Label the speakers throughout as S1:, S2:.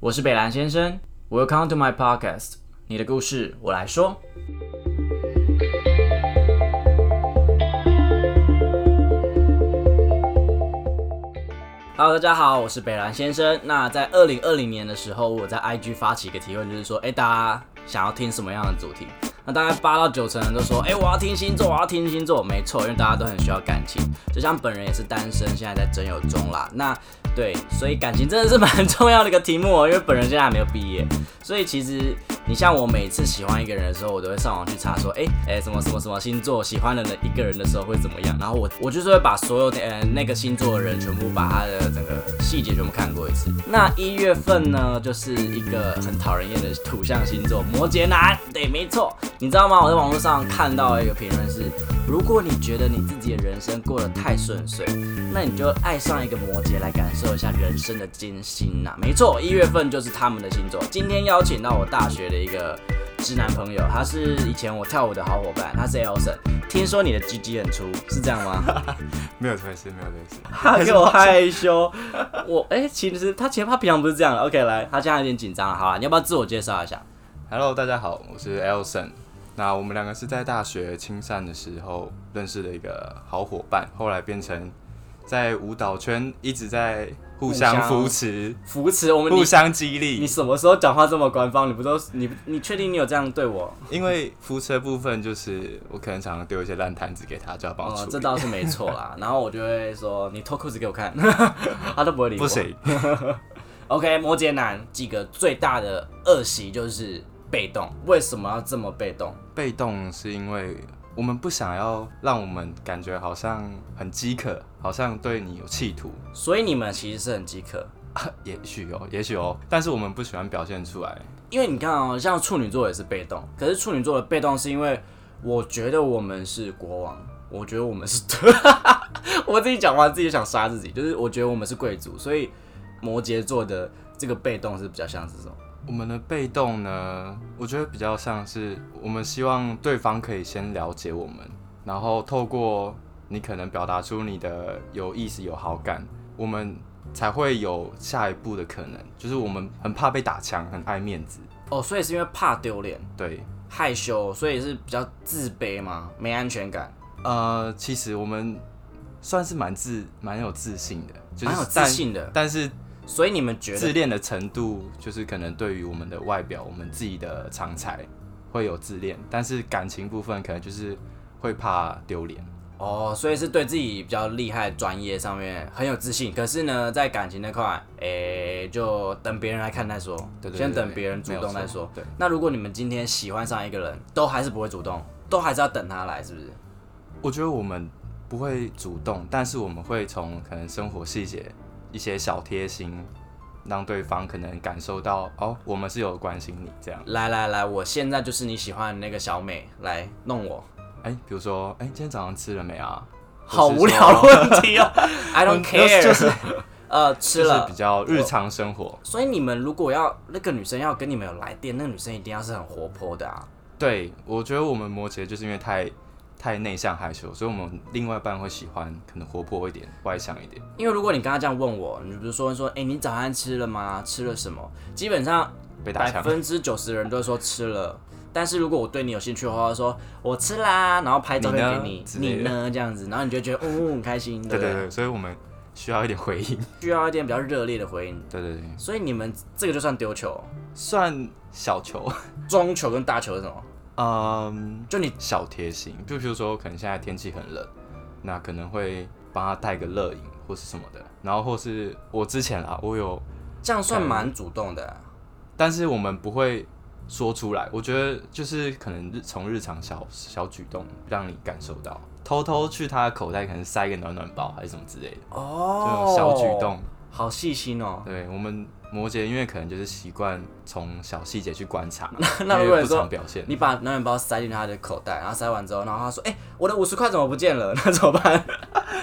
S1: 我是北兰先生，Welcome to my podcast，你的故事我来说。Hello，大家好，我是北兰先生。那在二零二零年的时候，我在 IG 发起一个提问，就是说，哎、大家想要听什么样的主题？那大概八到九成人都说，哎、我要听星座，我要听星座。没错，因为大家都很需要感情，就像本人也是单身，现在在征友中啦。那对，所以感情真的是蛮重要的一个题目哦，因为本人现在还没有毕业，所以其实你像我每次喜欢一个人的时候，我都会上网去查说，哎、哎、什么什么什么星座，喜欢的人一个人的时候会怎么样？然后我我就是会把所有的呃那个星座的人全部把他的整个细节全部看过一次。那一月份呢，就是一个很讨人厌的土象星座摩羯男，对，没错。你知道吗？我在网络上看到一个评论是，如果你觉得你自己的人生过得太顺遂，那你就爱上一个摩羯来感受一下人生的艰辛呐、没错，一月份就是他们的星啊座。今天邀请到我大学的一个直男朋友，他是以前我跳舞的好伙伴，他是 Elson。听说你的 G G 很粗，是这样吗？
S2: 没有推事，没有推事。
S1: 他给我害羞，我哎、其实他其实他平常不是这样的。OK，来，他现在有点紧张了。好了，你要不要自我介绍一下？
S2: Hello，大家好，我是 Elson。那我们两个是在大学青散的时候认识的一个好伙伴，后来变成在舞蹈圈一直在互
S1: 互
S2: 相
S1: 相
S2: 扶持、
S1: 扶持我们你
S2: 互相激
S1: 你
S2: 励。
S1: 什么时候讲话这么官方？你不都你你确定你有这样对我？
S2: 因为扶持的部分就是我可能常常丢一些烂摊子给他，叫他帮我
S1: 哦，
S2: 处
S1: 这
S2: 理。
S1: 倒是没错啦。然后我就会说你脱裤子给我看， 他都不会理我。
S2: 不行，
S1: OK，摩羯男几个最大的恶习就是被动，为什么要这么被动？
S2: 被动是因为我们不想要让我们感觉好像很饥渴，好像对你有企图。
S1: 所以你们其实是很饥渴，
S2: 也许哦，也许哦，但是我们不喜欢表现出来。
S1: 因为你看哦，像处女座也是被动，可是处女座的被动是因为我觉得我们是国王，我觉得我们是， 我自己讲完自己就想杀自己，就是我觉得我们是贵族，所以摩羯座的这个被动是比较像是这种。
S2: 我们的被动呢，我觉得比较像是我们希望对方可以先了解我们，然后透过你可能表达出你的有意思、有好感，我们才会有下一步的可能。就是我们很怕被打枪，很爱面子，
S1: 哦，所以是因为怕丢脸、
S2: 对。
S1: 害羞，所以是比较自卑嘛，没安全感，
S2: 呃，其实我们算是蛮自蛮有自信的，就是
S1: 蛮有自
S2: 但
S1: 信的。
S2: 但是
S1: 所以你们觉
S2: 自
S1: 得，
S2: 恋的程度，就是可能对于我们的外表、我们自己的长才会有自恋，但是感情部分可能就是会怕丢脸。
S1: 哦，所以是对自己比较厉害、专业上面很有自信，可是呢，在感情那块，诶、就等别人来看再说，
S2: 对对对
S1: 先
S2: 对
S1: 等别人主
S2: 没有
S1: 动
S2: 错
S1: 再说。
S2: 对，
S1: 那如果你们今天喜欢上一个人，都还是不会主动，都还是要等他来，是不是？
S2: 我觉得我们不会主动，但是我们会从可能生活细节、一些小贴心，让对方可能感受到哦，我们是有关心你这样。
S1: 来来来，我现在就是你喜欢的那个小美，来弄我。
S2: 哎，比如说，哎，今天早上吃了没啊？
S1: 好
S2: 或是
S1: 无聊的
S2: 说嗯
S1: 问 题哦，I don't
S2: 就是
S1: care，
S2: 就是
S1: 呃，吃
S2: 就是
S1: 了
S2: 比。较日常生活。
S1: 所以你们如果要那个女生要跟你们有来电，那个女生一定要是很活泼的啊。
S2: 对，我觉得我们摩羯就是因为太太内向害羞，所以我们另外一半会喜欢可能活泼一点、外向一点。
S1: 因为如果你刚刚这样问我，你比如说说，哎、你早餐吃了吗？吃了什么？基本上
S2: 被打
S1: 百
S2: 枪，
S1: 分之九十的人都会说吃了。但是如果我对你有兴趣的话，我说我吃啦，然后拍照片给
S2: 你
S1: 你
S2: 呢，之
S1: 你
S2: 类的
S1: 呢这样子，然后你就觉得嗯很开心，
S2: 对
S1: 不
S2: 对对，所以我们需要一点回应。
S1: 需要一点比较热烈的回应。
S2: 对对对，
S1: 所以你们这个就算丢球，
S2: 算小球，
S1: 中球跟大球是什么？
S2: 嗯，
S1: 就你
S2: 小贴心，就比如说可能现在天气很冷，那可能会帮他带个热饮或是什么的，然后或是我之前啊，我有，
S1: 这样算蛮主动的啊、
S2: 但是我们不会。说出来，我觉得就是可能日从日常小小举动让你感受到，偷偷去他的口袋可能塞个暖暖包还是什么之类的。这
S1: 哦
S2: 种小举，动。
S1: 好细心哦。
S2: 对我们摩羯，因为可能就是习惯从小细节去观察，
S1: 那如
S2: 因
S1: 果
S2: 为
S1: 你
S2: 不
S1: 说
S2: 常表现，
S1: 你把暖暖包塞进他的口袋，然后塞完之后，然后他说：“哎、我的五十块怎么不见了？”那怎么办？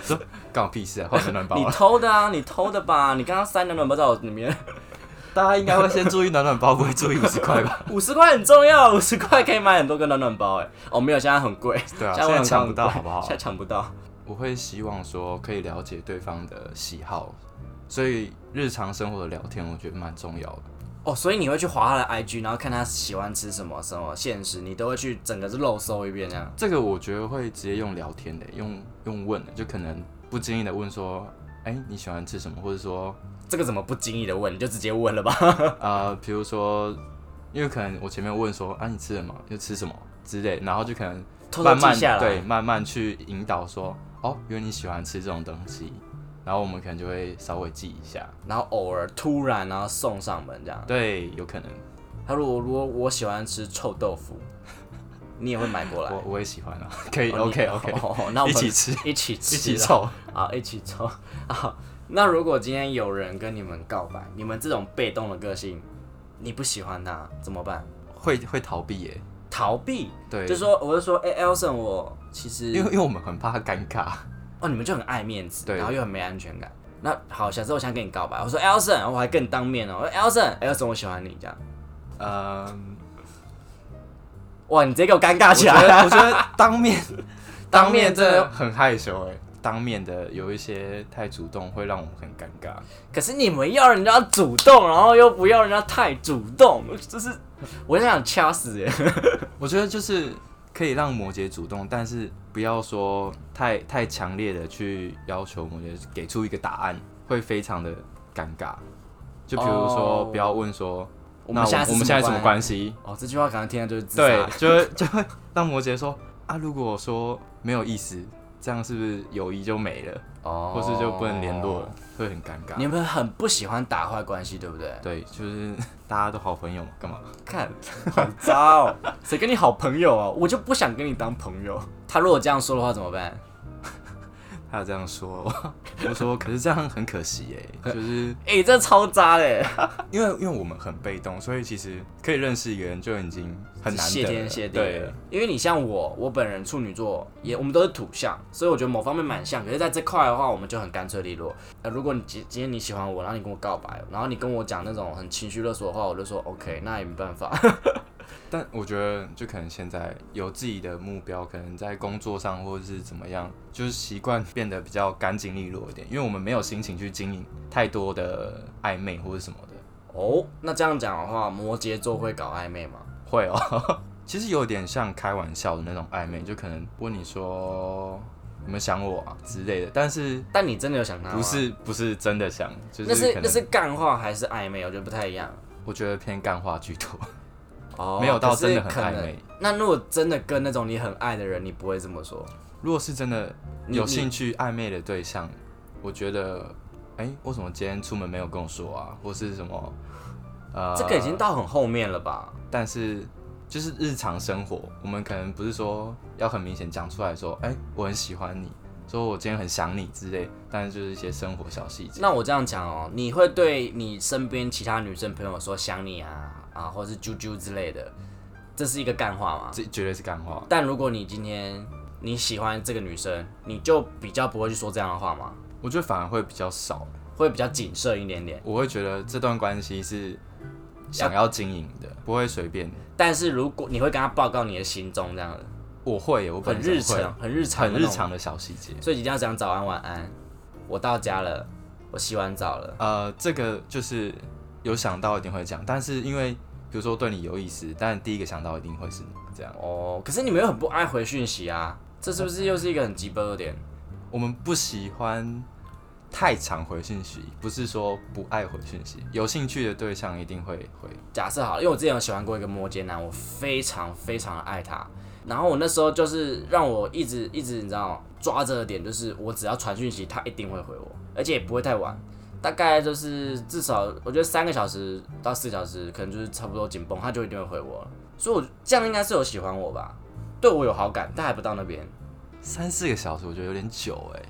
S2: 说干我屁事啊，换暖暖包
S1: 你
S2: 啊。
S1: 偷的啊，你偷的吧？你刚刚塞暖暖包在我里 面，
S2: 大家应该会先注意暖暖包，不会注意五十块 吧？
S1: 五十块很重要，五十块可以买很多个暖暖包、哎，哦，没有，现在很贵，
S2: 对 啊，
S1: 现
S2: 现
S1: 在
S2: 在
S1: 我
S2: 抢不到，
S1: 很
S2: 好
S1: 贵
S2: 不好
S1: 现在？抢不到。
S2: 我会希望说可以了解对方的喜好，所以日常生活的聊天，我觉得蛮重要的。
S1: 哦，所以你会去划他的 IG，然后看他喜欢吃什么什么现实，你都会去整个是漏搜一遍这样。
S2: 这个我觉得会直接用聊天的，用用问的，就可能不经意的问说，哎、你喜欢吃什么？或者 说，
S1: 这个怎么不经意的问，你就直接问了吧？
S2: 呃，比如说，因为可能我前面问说，啊，你吃了吗？又吃什么之类，然后就可能
S1: 偷偷
S2: 慢
S1: 记
S2: 慢
S1: 下来。
S2: 对，慢慢去引导说，哦，原来你喜欢吃这种东西，然后我们可能就会稍微记一下，
S1: 然后偶尔突然然后送上门这样。
S2: 对，有可能，
S1: 他如果如果我喜欢吃臭豆腐，你也会买过来？
S2: 我我也喜欢啊， 可以
S1: 哦你
S2: ，OK OK，
S1: 哦那我
S2: 一
S1: 们
S2: 起吃，
S1: 一起
S2: 一
S1: 吃，
S2: 起凑，
S1: 啊，一起抽 啊。那如果今天有人跟你们告白，你们这种被动的个性，你不喜欢他怎么办？
S2: 会会逃避耶，
S1: 逃避，
S2: 对
S1: 就，说我就说，哎、e l s o n 我其实
S2: 因为因为我们很怕尴尬，
S1: 哦，你们就很爱面子，
S2: 对
S1: 然后又很没安全感。那好，下次我想跟你告白，我说 Elson，我还跟你当面哦、e l s o n e l s o n 我喜欢你这样。
S2: 嗯。
S1: 哇，你直接给我尴尬
S2: 我
S1: 起
S2: 觉
S1: 来
S2: 得，
S1: 了。
S2: 我觉得当面
S1: 啊 当面真的
S2: 很害羞哎、当面的有一些太主动会让我们很尴尬。
S1: 可是你们要人家主动，然后又不要人家太主动，就是我很想掐死耶。
S2: 我觉得就是可以让摩羯主动，但是不要说太太强烈的去要求摩羯给出一个答案，会非常的尴尬。就比如说
S1: 哦
S2: 不要问说，
S1: 我
S2: 那
S1: 们现在
S2: 我们现在什么
S1: 关？
S2: 关系？
S1: 哦，这句话刚刚听到就是自杀。
S2: 对，就会 就会让摩羯说啊，如果说没有意思，这样是不是友谊就没了，
S1: 哦
S2: 或是就不能联络了，会很尴尬。
S1: 你们很不喜欢打坏关系，对不对？
S2: 对，就是 大家都好朋友嘛，干嘛？
S1: 看，好渣哦！谁跟你好朋友哦？我就不想跟你当朋友。他如果这样说的话怎么办？
S2: 他有这样说， 我说可是这样很可惜哎， 就是
S1: 哎、这超渣嘞！
S2: 因为因为我们很被动，所以其实可以认识一个人就已经很难得了
S1: 谢天谢地
S2: 对
S1: 了，。因为你像我，我本人处女座，也我们都是土象，所以我觉得某方面蛮像。可是在这块的话，我们就很干脆利落。呃，如果你今今天你喜欢我，然后你跟我告白，然后你跟我讲那种很情绪勒索的话，我就说 OK，那也没办法。
S2: 但我觉得就可能现在有自己的目标，可能在工作上或者是怎么样，就是习惯变得比较干净利落一点，因为我们没有心情去经营太多的暧昧或者什么的。
S1: 哦，那这样讲的话，摩羯座会搞暧昧吗？
S2: 会哦， 其实有点像开玩笑的那种暧昧，就可能问你说有没有想我啊之类的，但是
S1: 但你真的有想他吗？
S2: 不是不是真的想，就
S1: 那是
S2: 可
S1: 那
S2: 能
S1: 是干话还是暧昧？我觉得不太一样。
S2: 我觉得偏干话居多，
S1: 哦
S2: 没有到真的很
S1: 可
S2: 暧。
S1: 是可能
S2: 昧。
S1: 那如果真的跟那种你很爱的人，你不会这么说。
S2: 如果是真的
S1: 你
S2: 有
S1: 你
S2: 兴趣暧昧的对象，我觉得，哎、为什么今天出门没有跟我说啊，或是什么？呃，
S1: 这个已经到很后面了吧？
S2: 但是就是日常生活，我们可能不是说要很明显讲出来说，哎、我很喜欢你，说我今天很想你之类，但是就是一些生活小细节。
S1: 那我这样讲哦，你会对你身边其他女生朋友说想你啊啊，或是啾啾之类的，这是一个干话吗？
S2: 这绝对是干话，
S1: 但如果你今天你喜欢这个女生，你就比较不会去说这样的话吗？
S2: 我觉得反而会比较少。
S1: 会比较谨慎一点点。
S2: 我会觉得这段关系是想要经营的，不会随便。
S1: 但是如果你会跟她报告你的行踪这样的，
S2: 我会耶，我本
S1: 很
S2: 来就
S1: 日
S2: 会
S1: 常，很日常，
S2: 很日常的小细节。
S1: 所以一定要讲早安晚安。我到家了，我洗完澡了。
S2: 呃，这个就是有想到一定会讲，但是因为比如说对你有意思，但第一个想到一定会是你这样。
S1: 哦，可是你们又很不爱回讯息啊，这是不是又是一个很鸡巴的点？
S2: 我们不喜欢太常回讯息，不是说不爱回讯息，有兴趣的对象一定会回。
S1: 假设好了，因为我之前有喜欢过一个摩羯男，我非常非常的爱他。然后我那时候就是让我一直一直你知道抓着的点，就是我只要传讯息，他一定会回我，而且也不会太晚，大概就是至少我觉得三个小时到四小时，可能就是差不多紧绷，他就一定会回我了。所以我这样应该是有喜欢我吧，对我有好感，但还不到那边。
S2: 三四个小时，我觉得有点久哎、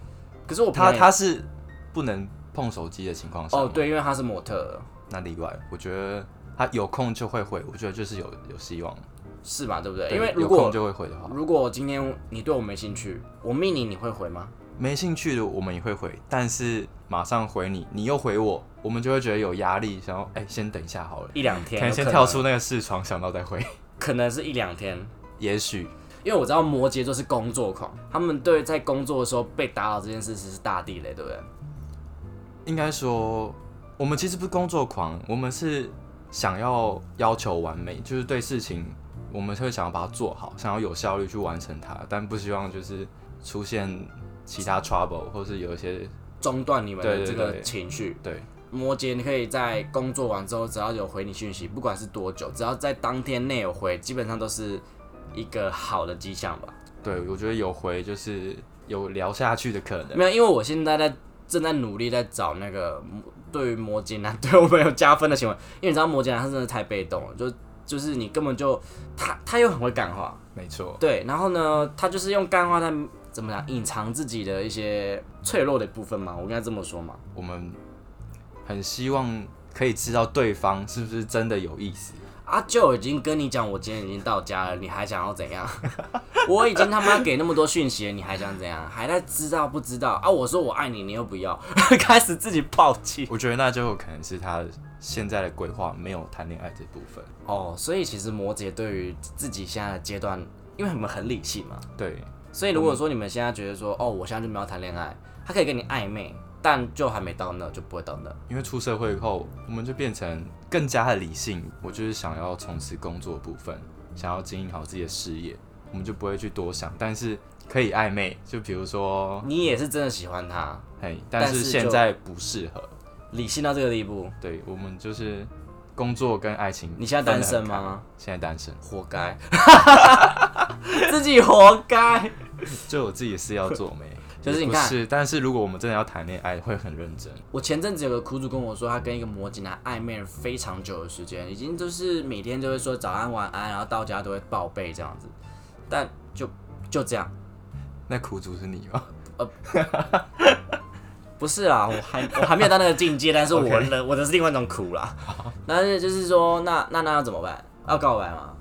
S1: 可是我朋
S2: 他
S1: 友也
S2: 他是不能碰手机的情况下，
S1: 哦，对，因为他是模特儿，
S2: 那例外，我觉得他有空就会回，我觉得就是有有希望，
S1: 是嘛？对不对？
S2: 对
S1: 因为如
S2: 有
S1: 果
S2: 空就会回的话，
S1: 如果今天你对我没兴趣，我密你，你会回吗？
S2: 没兴趣的我们也会回，但是马上回你，你又回我，我们就会觉得有压力，想要哎、先等一下好了，
S1: 一两天，
S2: 可能
S1: 有
S2: 先跳出，那个视窗，想到再回，
S1: 可能是一两天，
S2: 也许
S1: 因为我知道摩羯座是工作狂，他们对在工作的时候被打扰这件事是大地雷，对不对？
S2: 应该说，我们其实不是工作狂，我们是想要要求完美，就是对事情我们会想要把它做好，想要有效率去完成它，但不希望就是出现其他 trouble 或是有一些
S1: 中断你们的
S2: 对对
S1: 这个
S2: 对
S1: 情绪。
S2: 对
S1: 摩羯，你可以在工作完之后，只要有回你讯息，不管是多久，只要在当天内有回，基本上都是一个好的迹象吧。
S2: 对，我觉得有回就是有聊下去的可能。
S1: 没有，因为我现在在正在努力在找那个摩对于摩羯男 对我们有加分的行为，因为你知道摩羯男他真的太被动了，就就是你根本就他他又很会感化，
S2: 没错，
S1: 对，然后呢，他就是用干话在怎么讲隐藏自己的一些脆弱的部分嘛，我应该这么说嘛。
S2: 我们很希望可以知道对方是不是真的有意思。
S1: 啊，就已经跟你讲，我今天已经到家了，你还想要怎样？ 我已经他妈给那么多讯息了，你还想怎样？还在知道不知道啊？我说我爱你，你又不要， 开始自己暴气
S2: 我觉得那就有可能是他现在的规划没有谈恋爱这部分。
S1: 哦。所以其实摩羯对于自己现在的阶段，因为你们很理性嘛，
S2: 对，
S1: 所以如果说你们现在觉得说，哦，我现在就没有谈恋爱，他可以跟你暧昧，但就还没到那，就不会到那。
S2: 因为出社会后，我们就变成更加的理性。我就是想要从事工作部分，想要经营好自己的事业，我们就不会去多想，但是可以暧昧。就比如说，
S1: 你也是真的喜欢他，
S2: 嘿，
S1: 但
S2: 但
S1: 是
S2: 是
S1: 就
S2: 现在不适合。
S1: 理性到这个地步，
S2: 对，我们就是工作跟爱情。
S1: 你现在单身吗？
S2: 现在单身，
S1: 活该，自己活该。。
S2: 就有自己的事要做没
S1: 就是
S2: 也
S1: 你
S2: 不
S1: 看
S2: 是，但是如果我们真的要谈恋爱，会很认真。
S1: 我前阵子有个苦主跟我说，他跟一个摩羯男暧昧了非常久的时间，已经就是每天就会说早安晚安，然后到家都会报备这样子，但就就这样，
S2: 那苦主是你 吗？
S1: 不是啦，我还我还没有到那个境界，但是我
S2: OK
S1: 的我的是另外一种苦啦。但是就是说，那那那要怎么办？要告白吗？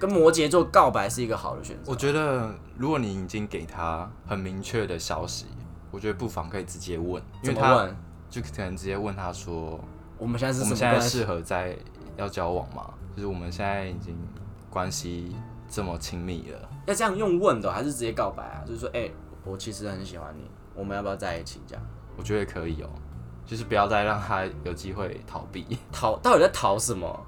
S1: 跟摩羯座告白是一个好的选择。
S2: 我觉得，如果你已经给他很明确的消息，我觉得不妨可以直接问，因
S1: 怎
S2: 为
S1: 么
S2: 他
S1: 问？
S2: 就可能直接问他说，
S1: 我们现在是
S2: 我
S1: 什
S2: 们
S1: 么
S2: 现在
S1: 关系？
S2: 适合在要交往吗？就是我们现在已经关系这么亲密了，
S1: 要这样用问的，还是直接告白啊？就是说，哎、我其实很喜欢你，我们要不要在一起？这样
S2: 我觉得可以哦、就是不要再让他有机会逃避。
S1: 逃到底在逃什么？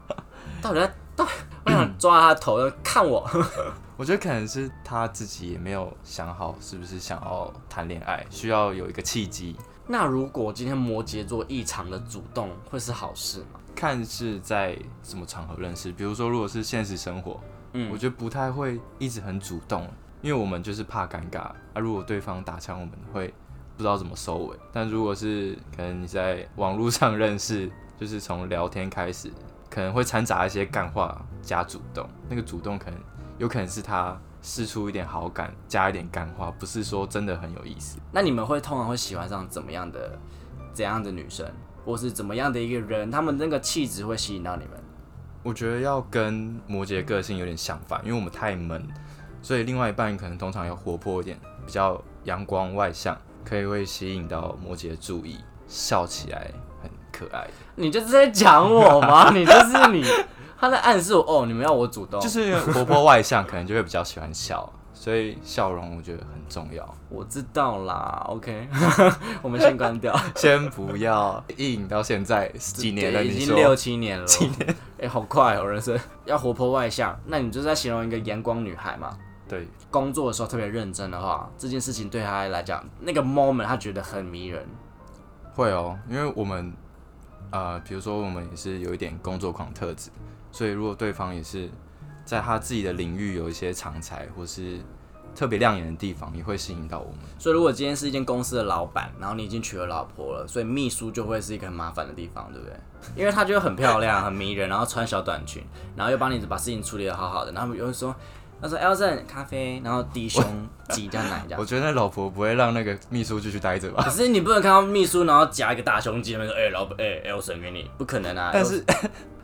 S1: 到底在到？我想抓他的头，看我。
S2: 我觉得可能是他自己也没有想好是不是想要谈恋爱，需要有一个契机，
S1: 那如果今天摩羯座异常的主动，会是好事吗？
S2: 看是在什么场合认识。比如说，如果是现实生活，
S1: 嗯
S2: 我觉得不太会一直很主动，因为我们就是怕尴尬。啊，如果对方打枪，我们会不知道怎么收尾。但如果是可能你在网络上认识，就是从聊天开始，可能会掺杂一些干话加主动。那个主动可能有可能是他试出一点好感，加一点干话，不是说真的很有意思。
S1: 那你们会通常会喜欢上怎么样的、怎样的女生，或是怎么样的一个人？他们那个气质会吸引到你们？
S2: 我觉得要跟摩羯个性有点相反，因为我们太闷，所以另外一半可能通常要活泼一点，比较阳光外向，可以会吸引到摩羯的注意，笑起来很可爱，
S1: 你就是在讲我吗？ 你就是你，他在暗示我哦，你们要我主动，
S2: 就是因为活泼外向，可能就会比较喜欢笑，所以笑容我觉得很重要。
S1: 我知道啦。OK，我 们先关掉。
S2: 先不要 一引到现在几年了，
S1: 对已
S2: 你
S1: 经六
S2: 说
S1: 七年了，七年，哎、好快哦，人生要活泼外向，那你就是在形容一个阳光女孩嘛。
S2: 对，
S1: 工作的时候特别认真的话，这件事情对她来讲，那个 moment 她觉得很迷人。
S2: 会哦，因为我们呃，比如说我们也是有一点工作狂特质，所以如果对方也是在他自己的领域有一些长才或是特别亮眼的地方，也会吸引到我们。
S1: 所以如果今天是一间公司的老板，然后你已经娶了老婆了，所以秘书就会是一个很麻烦的地方，对不对？因为她就很漂亮、很迷人，然后穿小短裙，然后又帮你把事情处理的好好的，然后又说。他说 e l s o n 咖啡，然后低胸挤这样奶这样
S2: 我。觉得那老婆不会让那个秘书继续待着吧？
S1: 可是你不能看到秘书，然后夹一个大胸肌，那边说：“哎、老板，哎、欸、，Elson 给你。”不可能啊！
S2: 但是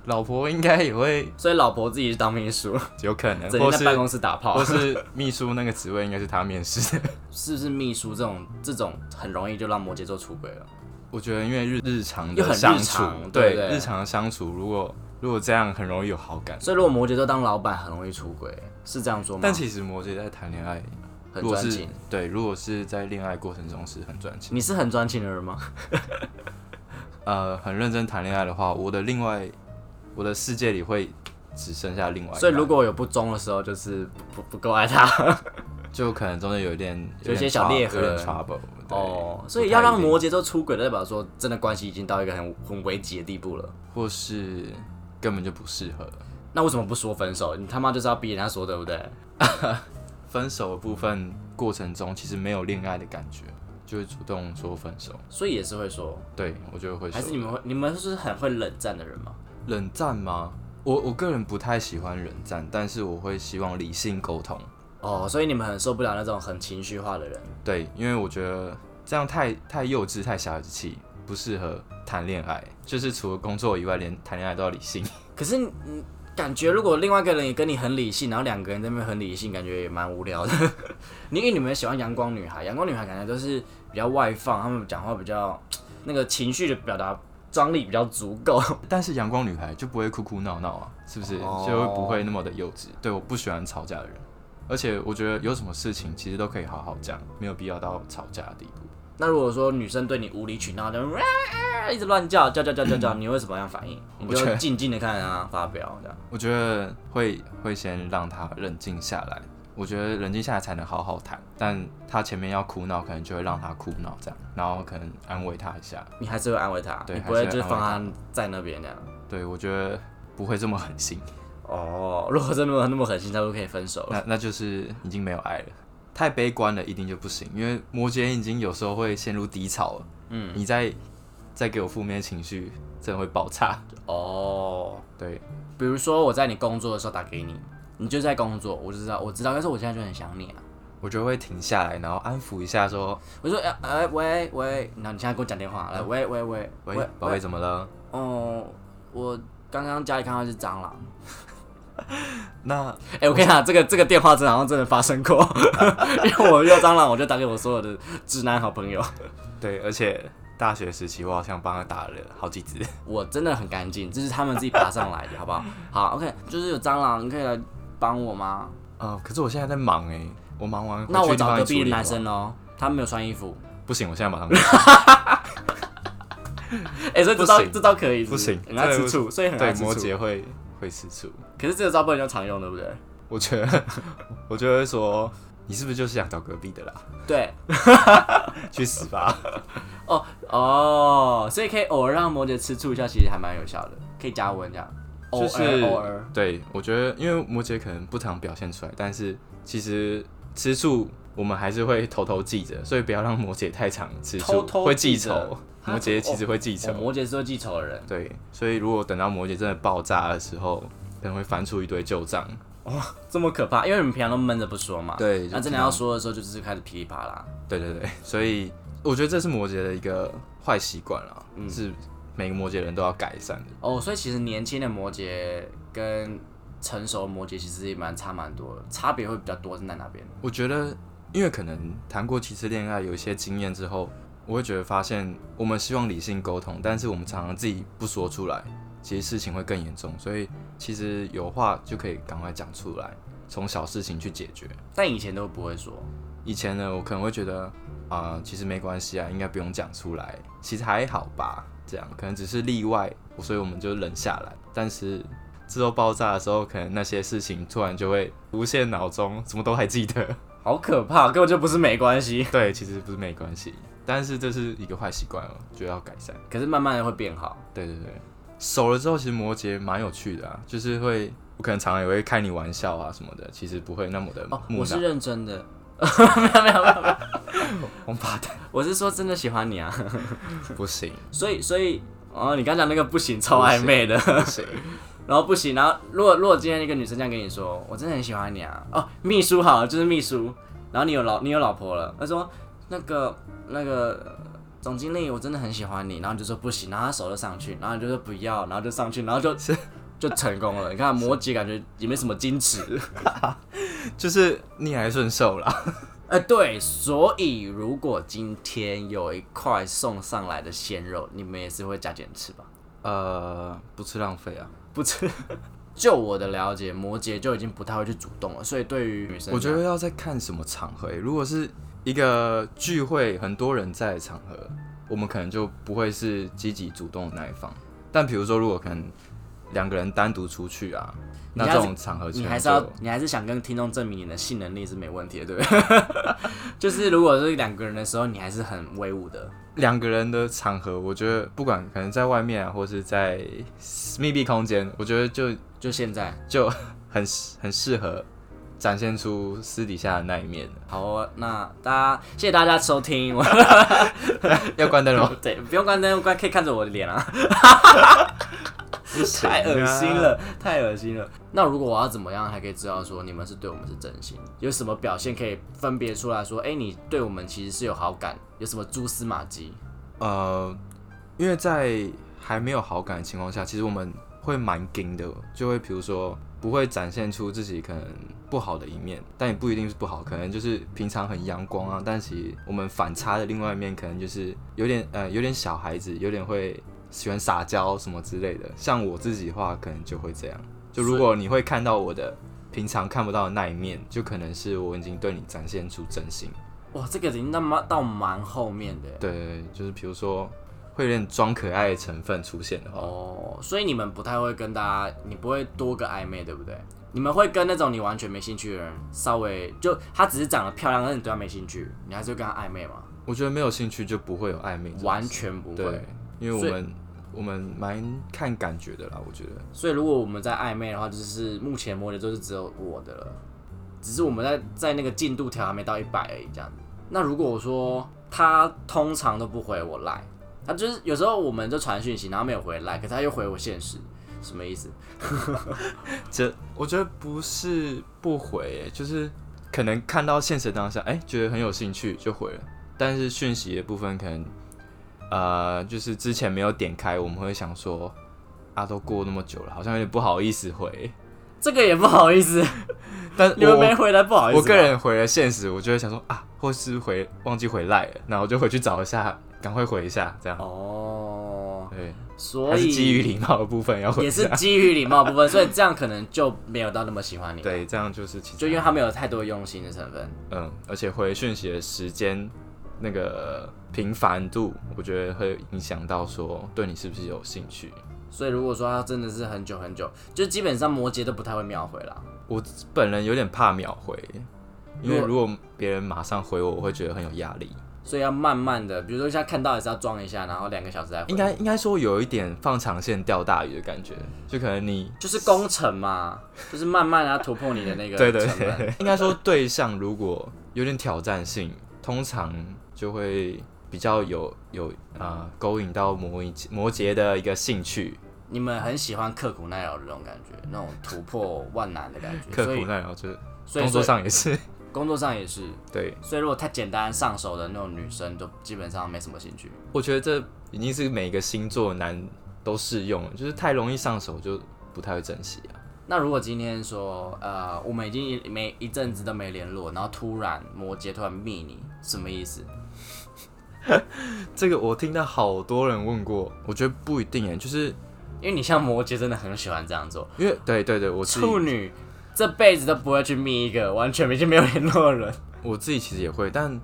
S2: 老婆应该也会
S1: 所以老婆自己去当秘书，
S2: 有可能，
S1: 整
S2: 或
S1: 天在
S2: 是
S1: 办公室打炮
S2: 或，是秘书那个职位应该是他面试的。
S1: 是不是秘书这种这种很容易就让摩羯座出轨了？
S2: 我觉得因为日日常
S1: 又很
S2: 的
S1: 日
S2: 相处
S1: 常，对
S2: 对
S1: 不对
S2: 日常的相处，如果如果这样很容易有好感。
S1: 所以如果摩羯座当老板很容易出轨，是这样说吗？
S2: 但其实摩羯在谈恋爱
S1: 很
S2: 如果
S1: 专
S2: 是
S1: 情，
S2: 对，如果是在恋爱过程中是很专情，
S1: 你是很专情的人吗？
S2: 呃，很认真谈恋爱的话，我的另外我的世界里会只剩下另外一半。
S1: 所以如果有不忠的时候，就是不不不够爱他
S2: 就可能中间有一点
S1: 有一些小裂痕
S2: 有点 trouble 对
S1: 哦。
S2: 不
S1: 所以
S2: 太
S1: 要
S2: 一
S1: 让
S2: 定
S1: 摩羯座出轨，代表说真的关系已经到一个很很危急的地步了。
S2: 或是根本就不适合。
S1: 那为什么不说分手？你他妈就是要逼人家说，对不对？
S2: 分手的部分过程中，其实没有恋爱的感觉，就会主动说分手。
S1: 所以也是会说，
S2: 对我就会说
S1: 还是你们会你们是很会冷战的人吗？
S2: 冷战吗？我我个人不太喜欢冷战，但是我会希望理性沟通。
S1: 哦，所以你们很受不了那种很情绪化的人。
S2: 对，因为我觉得这样太太幼稚、太小孩子气，不适合谈恋爱。就是除了工作以外，连谈恋爱都要理性。
S1: 可是你你感觉如果另外一个人也跟你很理性，然后两个人在那边很理性，感觉也蛮无聊的。 你因为你们喜欢阳光女孩，阳光女孩感觉都是比较外放，她们讲话比较那个情绪的表达张力比较足够。
S2: 但是阳光女孩就不会哭哭闹闹啊，是不是？
S1: 哦
S2: 就不会那么的幼稚。对，我不喜欢吵架的人，而且我觉得有什么事情其实都可以好好讲，没有必要到吵架的地步。
S1: 那如果说女生对你无理取闹，就一直乱叫叫叫叫叫叫，你会什么样反应？你
S2: 我觉
S1: 就
S2: 得
S1: 静静的看啊，发飙这样。
S2: 我觉得会会先让他冷静下来，我觉得冷静下来才能好好谈。但他前面要哭闹，可能就会让他哭闹这样，然后可能安慰他一下。
S1: 你还是会安慰她，
S2: 对
S1: 你不会
S2: 还
S1: 就是
S2: 会
S1: 是
S2: 安慰
S1: 放她在那边这样。
S2: 对我觉得不会这么狠心，
S1: 哦，如果真的那么狠心，他就可以分手了。
S2: 那那就是已经没有爱了。太悲观了，一定就不行，因为摩羯已经有时候会陷入低潮了。嗯，你再再给我负面情绪，真的会爆炸。
S1: 哦，
S2: 对，
S1: 比如说我在你工作的时候打给你，你就在工作，我知道，我知道，但是我现在就很想你啊。
S2: 我就会停下来，然后安抚一下说
S1: 我就说，哎、哎喂喂，然后你现在给我讲电话，来，喂喂喂：“
S2: 啊喂，宝贝，，怎么了
S1: 哦、我刚刚家里看到一只蟑螂。？”
S2: 那
S1: 哎、我跟你讲，这个这个电话真的好像真的发生过， 因为我遇到蟑螂，我就打给我所有的直男好朋友。
S2: 对，而且大学时期我好像帮他打了好几 只。
S1: 我真的很干净，这是他们自己爬上来的，好不好？好，OK，就是有蟑螂，你可以来帮我吗？
S2: 呃，可是我现在在忙哎、我忙完
S1: 那我
S2: 回去一
S1: 找
S2: 定帮你
S1: 隔
S2: 处
S1: 壁的
S2: 理
S1: 男
S2: 好
S1: 生哦，他没有穿衣服。
S2: 吧不行，我现在马上
S1: 哎、所以这招
S2: 不行
S1: 这招可以是
S2: 不
S1: 是
S2: 行，
S1: 很爱吃
S2: 这
S1: 醋，
S2: 个
S1: 所以很爱
S2: 对
S1: 吃醋。
S2: 摩羯会会吃醋，
S1: 可是这个招不能常用，对不对？
S2: 我觉得我就会说你是不是就是想找隔壁 的啦？
S1: 对，
S2: 去死吧！
S1: 哦哦，所以可以偶尔让摩羯吃醋一下，其实还蛮有效的，可以加温这样。偶
S2: 就
S1: 尔
S2: 是
S1: 偶尔，
S2: 对，我觉得因为摩羯可能不常表现出来，但是其实吃醋我们还是会偷偷记着，所以不要让摩羯太常吃醋，
S1: 偷偷
S2: 会
S1: 记
S2: 记
S1: 着
S2: 仇。
S1: 哈
S2: 摩羯其实会记仇，
S1: 哦摩羯是会记仇的人，
S2: 对，所以如果等到摩羯真的爆炸的时候，可能会翻出一堆旧账。
S1: 这么可怕，因为你们平常都闷着不说嘛。
S2: 对
S1: 那
S2: 就
S1: 啊真的
S2: 平常
S1: 要说的时候，就是开始噼里啪啦。
S2: 对对对，所以我觉得这是摩羯的一个坏习惯啦，是每个摩羯人都要改善的。
S1: 哦，所以其实年轻的摩羯跟成熟的摩羯其实也蛮差蛮多的，差别会比较多是在哪边？
S2: 我觉得，因为可能谈过几次恋爱，有一些经验之后，我会觉得发现，我们希望理性沟通，但是我们常常自己不说出来，其实事情会更严重。所以其实有话就可以赶快讲出来，从小事情去解决。
S1: 但以前都不会说。
S2: 以前呢，我可能会觉得啊、其实没关系啊，应该不用讲出来，其实还好吧，这样可能只是例外，所以我们就忍下来。但是之后爆炸的时候，可能那些事情突然就会浮现脑中，什么都还记得。
S1: 好可怕，根本就不是没关系。
S2: 对，其实不是没关系，但是这是一个坏习惯哦，就要改善。
S1: 可是慢慢的会变好。
S2: 对对对，熟了之后，其实摩羯蛮有趣的啊，就是会。我可能常常也会开你玩笑啊什么的，其实不会那么的
S1: 哦，
S2: 木
S1: 我
S2: 讷
S1: 是。认真的， 没有没有没有没有，
S2: 王八蛋，
S1: 我是说真的喜欢你啊。
S2: 不行，
S1: 所以所以哦，你刚讲那个不行，超暧昧 的，
S2: 不行，
S1: 然后不行，然后如果如果今天一个女生这样跟你说，我真的很喜欢你啊，哦，秘书好了，就是秘书，然后你有老你有老婆了，她说那个那个。总经理，我真的很喜欢你，然后你就说不行，然后他手就上去，然后你就说不要，然后就上去，然后 就就成功了。你看摩羯感觉也没什么矜持，
S2: 就是逆来顺受啦。
S1: 呃，对，所以如果今天有一块送上来的鲜肉，你们也是会加减吃吧？
S2: 呃，不吃浪费啊。
S1: 不吃。 就我的了解，摩羯就已经不太会去主动了，所以对于女生，
S2: 我觉得要再看什么场合欸、如果是一个聚会很多人在的场合，我们可能就不会是积极主动的那一方。但比如说，如果可能两个人单独出去啊，
S1: 你
S2: 那
S1: 还
S2: 这
S1: 是
S2: 种场合
S1: 你
S2: 其
S1: 还
S2: 实
S1: 是要
S2: 就，
S1: 你还是想跟听众证明你的性能力是没问题的，对不对？ 就是如果是两个人的时候，你还是很威武的。
S2: 两个人的场合，我觉得不管可能在外面啊，或是在密闭空间，我觉得就
S1: 就现在，
S2: 就很很适合展现出私底下的那一面 了
S1: 好哦，那大家谢谢大家收听，我
S2: 要关灯了吗？
S1: 对不用关灯，关可以看着我的脸 啊，
S2: 不行啊
S1: 太恶心，了，太恶心了。那如果我要怎么样才可以知道说你们是对我们是真心？有什么表现可以分别出来说，哎、你对我们其实是有好感？有什么蛛丝马迹？
S2: 呃，因为在还没有好感的情况下，其实我们会蛮硬的，就会比如说不会展现出自己可能不好的一面，但也不一定是不好，可能就是平常很阳光啊，但其实我们反差的另外一面，可能就是有点呃有点小孩子，有点会喜欢撒娇什么之类的。像我自己的话，可能就会这样。就如果你会看到我的平常看不到的那一面，就可能是我已经对你展现出真心。
S1: 哇，这个已经到蛮到蛮后面的
S2: 对，就是比如说会有点装可爱的成分出现的话，
S1: 哦，所以你们不太会跟大家，你不会多个暧昧，对不对？你们会跟那种你完全没兴趣的人稍微就他只是长得漂亮，但是你对他没兴趣，你还是会跟他暧昧吗？
S2: 我觉得没有兴趣就不会有暧昧这种事。
S1: 完全不会
S2: 对。，因为我
S1: 所以
S2: 们我们蛮看感觉的啦，我觉得。
S1: 所以如果我们在暧昧的话，就是目前摸的就是只有我的了，只是我们在在那个进度条还没到一百而已这样子。那如果我说他通常都不回我来，他就是有时候我们就传讯息，然后没有回来，可是他又回我现实，什么意思？
S2: 这我觉得不是不回、欸就是可能看到现实当下，哎、觉得很有兴趣就回了，但是讯息的部分可能，呃，就是之前没有点开，我们会想说，啊，都过那么久了，好像有点不好意思回。
S1: 这个也不好意思，
S2: 但我
S1: 你们没回来不好意思
S2: 我
S1: 吗。
S2: 个人回了现实，我就会想说啊，或是回忘记回来了，然后我就回去找一下，赶快回一下，这样。
S1: 哦，
S2: 对，
S1: 所
S2: 还是
S1: 以
S2: 基于礼貌的部分要回
S1: 也
S2: 一
S1: 是
S2: 下。
S1: 基于礼貌部分，所以这样可能就没有到那么喜欢你，，
S2: 对，这样就是其实
S1: 就因为他没有太多用心的成分。
S2: 嗯，而且回讯息的时间那个呃频繁度，我觉得会影响到说对你是不是有兴趣。
S1: 所以如果说他真的是很久很久，就基本上摩羯都不太会秒回啦。
S2: 我本人有点怕秒回，因为
S1: 如
S2: 如果别人马上回我，我会觉得很有压力。
S1: 所以要慢慢的，比如说像看到也是要装一下，然后两个小时再回，
S2: 应该应该说有一点放长线钓大鱼的感觉，就可能你
S1: 就是工程嘛，就是慢慢的突破你的那个
S2: 对对
S1: 成本
S2: 对，应该说对象如果有点挑战性，通常就会比较有有啊、呃勾引到摩羯摩羯的一个兴趣，
S1: 你们很喜欢刻苦耐劳的那种感觉，那种突破万难的感觉。
S2: 刻
S1: 所
S2: 苦
S1: 以
S2: 耐劳，就是
S1: 所以
S2: 工作上也是
S1: 所以工作上也是，
S2: 对。
S1: 所以如果太简单上手的那种女生，就基本上没什么兴趣。
S2: 我觉得这已经是每个星座男都适用了，就是太容易上手就不太会珍惜啊。
S1: 那如果今天说，呃，我们已经一没一阵子都没联络，然后突然摩羯突然密你，什么意思？
S2: 这个我听到好多人问过，我觉得不一定耶，欸就是
S1: 因为你像摩羯真的很喜欢这样做，
S2: 因为对对对，我自己
S1: 处女这辈子都不会去密一个完全没就没有联络的人。
S2: 我自己其实也会，但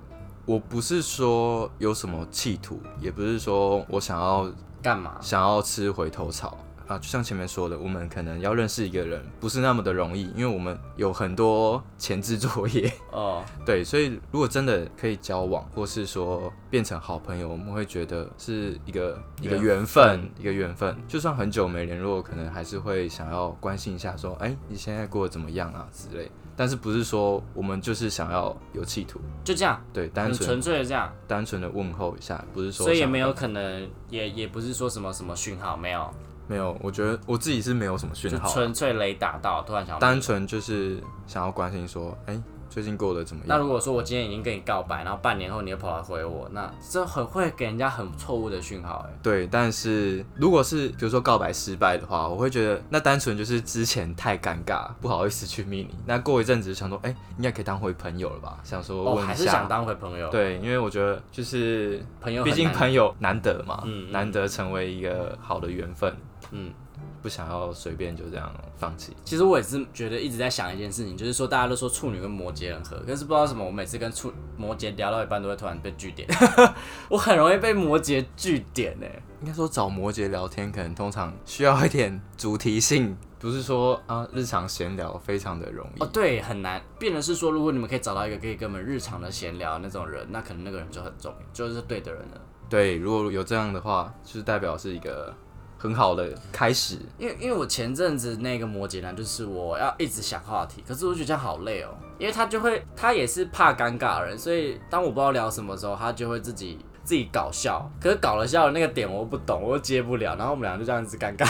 S2: 我不是说有什么企图，也不是说我想要
S1: 干嘛？
S2: 想要吃回头草啊，就像前面说的，我们可能要认识一个人不是那么的容易，因为我们有很多前置作业，
S1: 哦，
S2: 对，所以如果真的可以交往，或是说变成好朋友，我们会觉得是一个一个缘分，一个缘分。就算很久没联络，可能还是会想要关心一下，说，哎、你现在过得怎么样啊之类。但是不是说我们就是想要有企图，
S1: 就这样，
S2: 对，单
S1: 很
S2: 纯
S1: 纯粹的这样，
S2: 单纯的问候一下，不是说
S1: 所以也
S2: 想
S1: 没有可能，也也不是说什么什么讯号，没有，
S2: 没有，我觉得我自己是没有什么讯
S1: 就
S2: 号啊，
S1: 纯粹雷打到，突然想要
S2: 单纯就是想要关心说，哎、最近过得怎么
S1: 那
S2: 样？
S1: 如果说我今天已经跟你告白，然后半年后你又跑来回我，那这很会给人家很错误的讯号哎、
S2: 对，但是如果是比如说告白失败的话，我会觉得那单纯就是之前太尴尬，不好意思去密你。那过一阵子就想说，哎、应该可以当回朋友了吧？想说
S1: 哦，
S2: 问一下，
S1: 还是想当回朋友，
S2: 对，因为我觉得就是
S1: 朋友很
S2: 毕竟
S1: 难
S2: 朋友难得嘛，
S1: 嗯嗯
S2: 难得成为一个好的缘分，
S1: 嗯，
S2: 不想要随便就这样放弃。
S1: 其实我也是觉得一直在想一件事情，就是说大家都说处女跟摩羯很合，可是不知道为什么，我每次跟处摩羯聊到一半都会突然被据点， 我很容易被摩羯据点哎、
S2: 应该说找摩羯聊天，可能通常需要一点主题性，不是说啊日常闲聊非常的容 易。
S1: 哦，对，很难。变的是说，如果你们可以找到一个可以跟我们日常的闲聊那种人，那可能那个人就很重，就是对的人了。
S2: 对，如果有这样的话，就是代表是一个很好的开始。
S1: 因为因为我前阵子那个摩羯男，就是我要一直想话题，可是我觉得这样好累哦，因为他就会他也是怕尴尬的人，所以当我不知道聊什么的时候，他就会自己自己搞笑，可是搞了笑的那个点我又不懂，我又接不了，然后我们俩就这样子尴尬，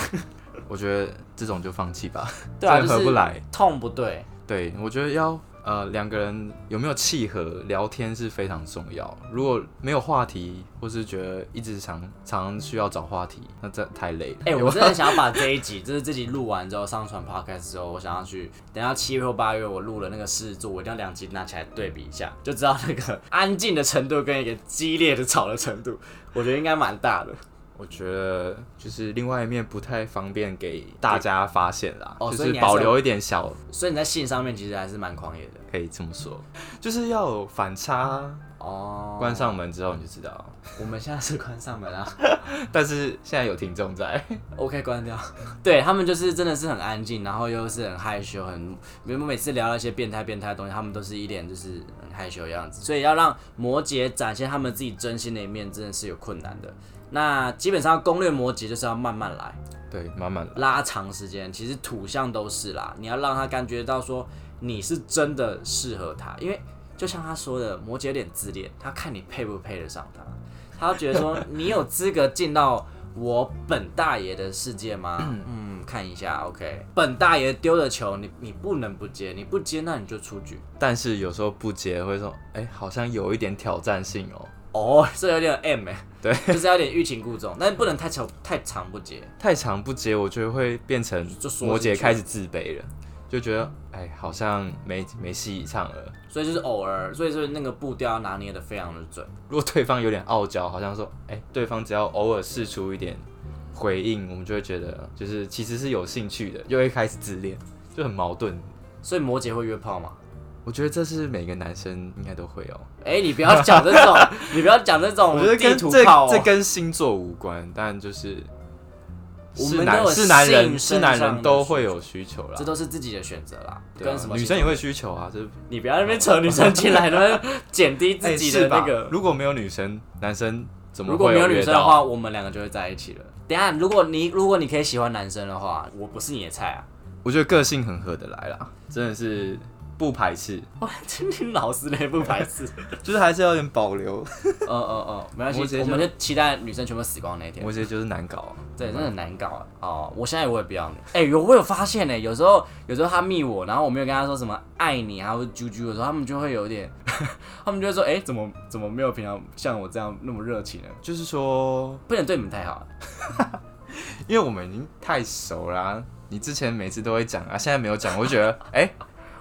S2: 我觉得这种就放弃吧，
S1: 对啊，
S2: 真
S1: 就
S2: 的合
S1: 是
S2: 不来。
S1: 痛不对，
S2: 对，我觉得要呃两个人有没有契合聊天是非常重要。如果没有话题，或是觉得一直常常需要找话题，那这太累了。
S1: 哎、我真的想要把这一集，就是这集录完之后上传 podcast 之后，我想要去等到七月或八月我录了那个狮子座，我一定要两集拿起来对比一下，就知道那个 安静的程度跟一个激烈的吵的程度，我觉得应该蛮大的。
S2: 我觉得就是另外一面不太方便给大家发现啦，
S1: 哦
S2: 就
S1: 所以
S2: 是
S1: 你还是
S2: 保
S1: 要
S2: 留一点小，
S1: 所以你在性上面其实还是蛮狂野的
S2: 可以这么说，就是要有反差。
S1: 哦。
S2: 关上门之后你就知道，
S1: 我们现在是关上门啊
S2: 但是现在有听众在，
S1: ，OK，关掉。 对他们就是真的是很安静，然后又是很害羞，很每每次聊到一些变态变态的东西，他们都是一脸就是很害羞的样子。所以要让摩羯展现他们自己真心的一面，真的是有困难的。那基本上要攻略摩羯就是要慢慢来，
S2: 对，慢慢来。
S1: 拉长时间。其实土象都是啦，你要让他感觉到说你是真的适合他，因为就像他说的，摩羯有点自恋，他看你配不配得上他，他觉得说你有资格进到我本大爷的世界吗？嗯，看一下，OK，本大爷丢的球，你你不能不接，你不接那你就出局。
S2: 但是有时候不接会说，哎、好像有一点挑战性哦，
S1: 哦，这有点 M 哎、
S2: 对，
S1: 就是要有点欲擒故纵，但是不能太长太长不接。
S2: 太长不接，我觉得会变成
S1: 就缩进去
S2: 摩羯开始自卑了，就觉得哎，好像没没戏唱了。
S1: 所以就是偶尔，所以就是那个步调要拿捏的非常的准。
S2: 如果对方有点傲娇，好像说哎，对方只要偶尔试出一点回应，我们就会觉得就是其实是有兴趣的，又会开始自恋，就很矛盾。
S1: 所以摩羯会约炮吗？
S2: 我觉得这是每个男生应该都会哦。
S1: 哎、你不要讲这种， 你不要讲这种
S2: 我觉得
S1: 地
S2: 跟
S1: 图
S2: 这
S1: 炮、哦
S2: 这跟星座无关，但就是
S1: 我
S2: 是
S1: 们都
S2: 男
S1: 有
S2: 是男
S1: 性
S2: 人
S1: 身
S2: 是男
S1: 上的
S2: 人都
S1: 需
S2: 会有需求啦
S1: 这。都是自己的选择啦，
S2: 对啊
S1: 跟什么
S2: 女生也会需求啊，这
S1: 你不要在那边扯女生进来，然后减低自己的那个。
S2: 哎如果没有女生，男生怎么
S1: 如果
S2: 会
S1: 没有
S2: 约
S1: 女生的
S2: 到
S1: 话，我们两个就会在一起了。等一下，如果你如果你可以喜欢男生的话，我不是你的菜啊！
S2: 我觉得个性很合得来啦，真的是不排斥，
S1: 哇，真的老师嘞不排 斥。
S2: 就是还是要有点保留。
S1: 嗯嗯嗯，没关
S2: 摩
S1: 系，
S2: 羯
S1: 我们
S2: 就
S1: 就期待女生全部死光那一天
S2: 摩。羯就是难搞啊、
S1: 对，真的很难搞啊！哦，我现在我也不要你。哎、有我有发现呢、有时候有时候他密我，然后我没有跟他说什么爱你啊或者啾啾的时候，他们就会有点， 他们就会说，哎、怎么怎么没有平常像我这样那么热情呢？
S2: 就是说，
S1: 不能对你们太好。啊
S2: 因为我们已经太熟啦、你之前每次都会讲啊，现在没有讲，我就觉 得哎、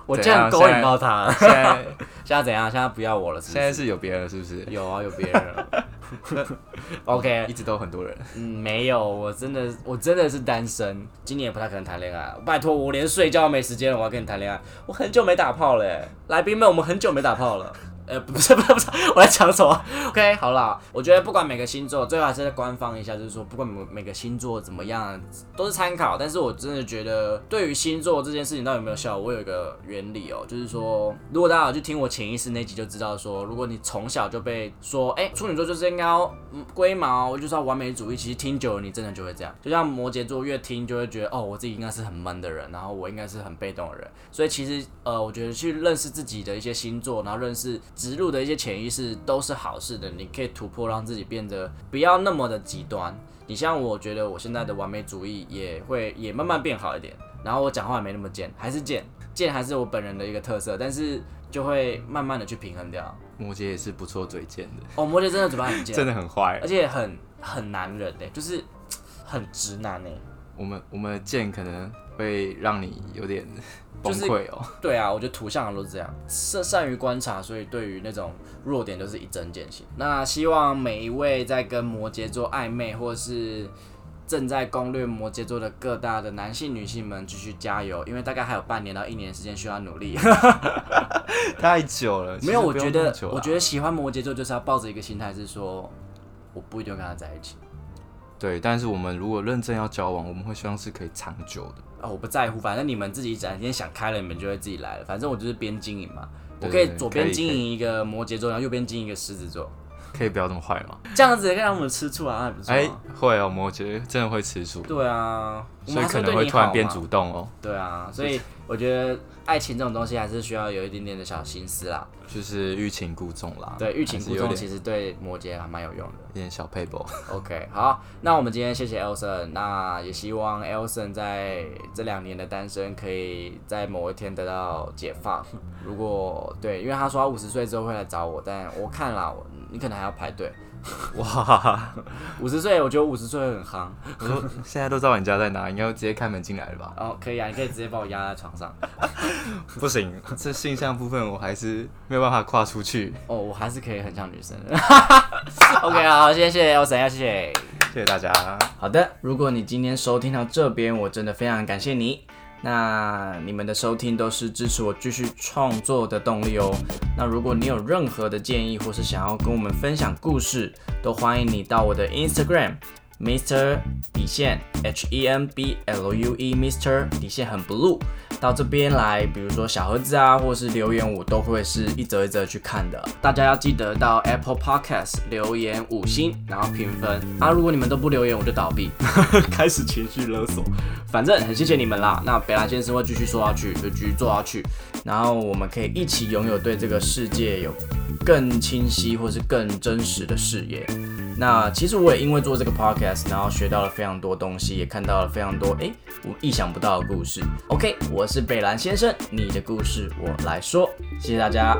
S1: 我
S2: 怎
S1: 这样
S2: 样
S1: 勾
S2: 现
S1: 引
S2: 在
S1: 到他，
S2: 现在
S1: 现在怎样？现在不要我了，是不
S2: 现
S1: 是？
S2: 在是有别人了，是不是？
S1: 有啊，有别人了。OK，
S2: 一直都有很多人，
S1: 嗯，没有，我真的我真的是单身，今年也不太可能谈恋爱。拜托，我连睡觉都没时间了，我要跟你谈恋爱。我很久没打炮了欸，来宾们，我们很久没打炮了。 呃，不是不是不是，我在讲什么？OK，好啦，我觉得不管每个星座，最后还是再官方一下，就是说不管每每个星座怎么样，都是参考。但是我真的觉得，对于星座这件事情到底有没有效，我有一个原理哦，就是说，如果大家有去听我潜意识那集，就知道说，如果你从小就被说，哎、处女座就是应该要嗯龟毛，就是要完美主义，其实听久了你真的就会这样。就像摩羯座越听就会觉得，哦，我自己应该是很闷的人，然后我应该是很被动的人。所以其实呃，我觉得去认识自己的一些星座，然后认识植入的一些潜意识都是好事的，你可以突破，让自己变得不要那么的极端。你像我觉得我现在的完美主义也会也慢慢变好一点，然后我讲话也没那么贱，还是贱，贱还是我本人的一个特色，但是就会慢慢的去平衡掉。
S2: 摩羯也是不错嘴贱的，
S1: 哦，摩羯真的嘴巴很
S2: 真
S1: 贱，
S2: 的很坏。
S1: 而且很很男人呢、就是很直男欸呢、
S2: 我们我们的贱可能会让你有点崩
S1: 就是
S2: 溃哦。
S1: 对啊，我觉得图像都是这样，善善于观察，所以对于那种弱点都是一针见血。那希望每一位在跟摩羯座暧昧，或是正在攻略摩羯座的各大的男性、女性们继续加油，因为大概还有半年到一年时间需要努 力。
S2: 太久了，
S1: 没有，我觉得，我
S2: 我
S1: 觉得喜欢摩羯座就是要抱着一个心态，是说我不一定会跟他在一起
S2: 对，但是我们如果认真要交往，我们会希望是可以长久的。
S1: 啊、我不在乎，反正你们自己展天想开了，你们就会自己来了。反正我就是边经营嘛，我
S2: 对
S1: 可以
S2: 对
S1: 左
S2: 可
S1: 边
S2: 以
S1: 经
S2: 可以
S1: 营一个摩羯座，然后右边经营一个狮子座，
S2: 可以不要这么坏吗？
S1: 这样子也可以让我们吃醋啊，那也不错、啊。
S2: 哎、会哦，摩羯真的会吃醋，
S1: 对啊，我
S2: 所
S1: 们
S2: 以
S1: 还是
S2: 可能
S1: 对
S2: 会
S1: 你
S2: 突然
S1: 好
S2: 变
S1: 嘛
S2: 主动哦。
S1: 对啊，所以我觉得爱情这种东西还是需要有一点点的小心思啦。
S2: 就是欲擒故纵啦。
S1: 对，欲擒故
S2: 啊还是有
S1: 纵
S2: 点
S1: 其实对摩羯还蛮有用的。
S2: 有点小配博。
S1: OK，好，那我们今天谢谢 Elson，那也希望 Elson 在这两年的单身可以在某一天得到解放。如果对，因为他说他五十岁之后会来找我，但我看啦，我你可能还要排队。
S2: 哇，
S1: 五十岁，我觉得五十岁会很夯。
S2: 我说现在都知道你家在哪，应该直接开门进来了吧？
S1: 哦，可以啊，你可以直接把我压在床上。
S2: 不行，这性向部分我还是没有办法跨出去。
S1: 哦，我还是可以很像女生 的。OK，好，谢谢 Elson，要谢谢。
S2: 谢谢大家。
S1: 好的，如果你今天收听到这边，我真的非常感谢你。那你们的收听都是支持我继续创作的动力哦。那如果你有任何的建议，或是想要跟我们分享故事，都欢迎你到我的 Instagram Mr 底线 H E M B L U E Mr 底线很 blue 到这边来，比如说小盒子啊，或是留言，我都会是一则一则去看的。大家要记得到 Apple Podcast 留言五星，然后评分啊。如果你们都不留言，我就倒闭， 开始情绪勒索。反正很谢谢你们啦。那北兰先生会继续说下去，就继续做下去，然后我们可以一起拥有对这个世界有更清晰或是更真实的视野。那其实我也因为做这个 podcast，然后学到了非常多东西，也看到了非常多诶我意想不到的故事。OK，我是北兰先生，你的故事我来说，谢谢大家，